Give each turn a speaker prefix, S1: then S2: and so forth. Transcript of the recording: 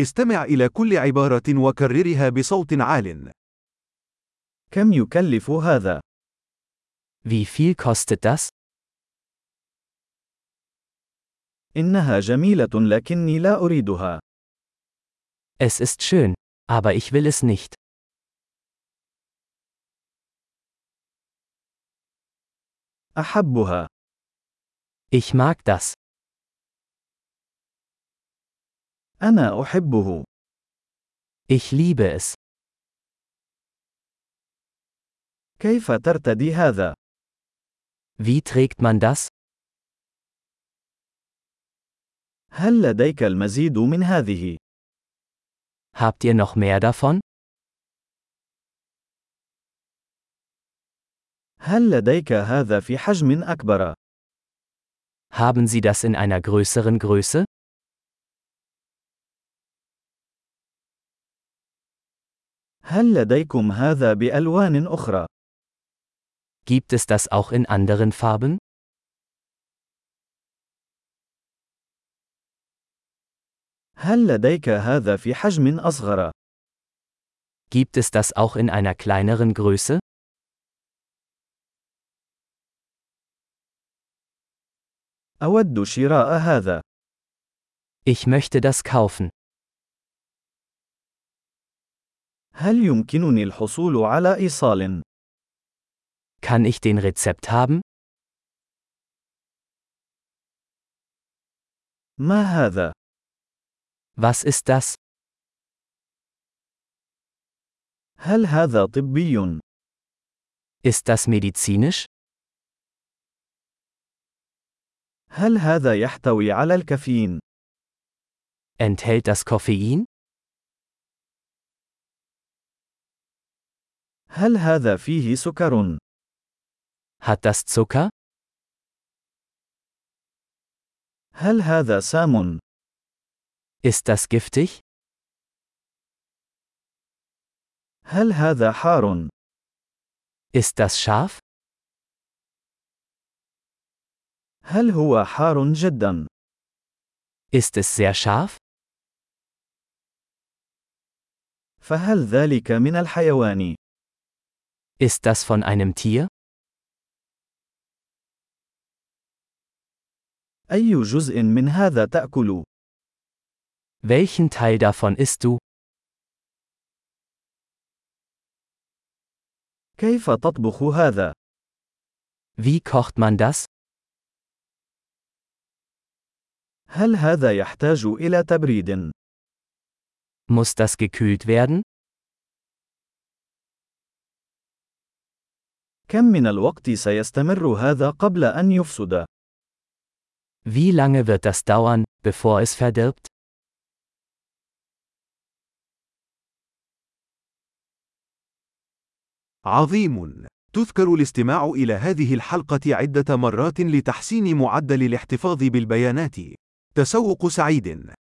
S1: استمع إلى كل عبارة وكررها بصوت عال.
S2: كم يكلف هذا؟
S3: Wie viel kostet das?
S2: إنها جميلة لكني لا أريدها.
S3: Es ist schön, aber ich will es nicht.
S2: أحبها.
S3: Ich mag das.
S2: أنا أحبه.
S3: Ich liebe es.
S2: كيف ترتدي هذا؟
S3: Wie trägt man das?
S2: هل لديك المزيد من هذه؟
S3: Habt ihr noch mehr davon?
S2: هل لديك هذا في حجم أكبر؟
S3: Haben Sie das in einer größeren Größe?
S2: هل لديكم هذا بألوان أخرى؟
S3: Gibt es das auch in anderen Farben?
S2: هل لديك هذا في حجم أصغر؟
S3: Gibt es das auch in einer kleineren Größe?
S2: أود شراء هذا.
S3: Ich möchte das kaufen.
S2: هل يمكنني الحصول على إيصال؟
S3: Kann ich den Rezept haben?
S2: ما هذا؟
S3: Was ist das?
S2: هل هذا طبي؟
S3: Ist das medizinisch?
S2: هل هذا يحتوي على الكافيين؟
S3: Enthält das Koffein?
S2: هل هذا فيه سكر؟
S3: Hat das Zucker?
S2: هل هذا سام؟
S3: Ist das giftig?
S2: هل هذا حار؟
S3: Ist das scharf?
S2: هل هو حار جدا؟
S3: Ist es sehr scharf?
S2: فهل ذلك من الحيوان؟
S3: Ist das von einem Tier?
S2: أي جزء من هذا تأكل؟
S3: Welchen Teil davon isst du?
S2: كيف تطبخ هذا؟
S3: Wie kocht man das?
S2: هل هذا يحتاج إلى تبريد؟
S3: Muss das gekühlt werden?
S2: كم من الوقت سيستمر هذا قبل أن يفسد؟
S3: Wie lange wird das dauern, bevor es verdirbt?
S1: عظيم. تذكر الاستماع إلى هذه الحلقة عدة مرات لتحسين معدل الاحتفاظ بالبيانات. تسوق سعيد!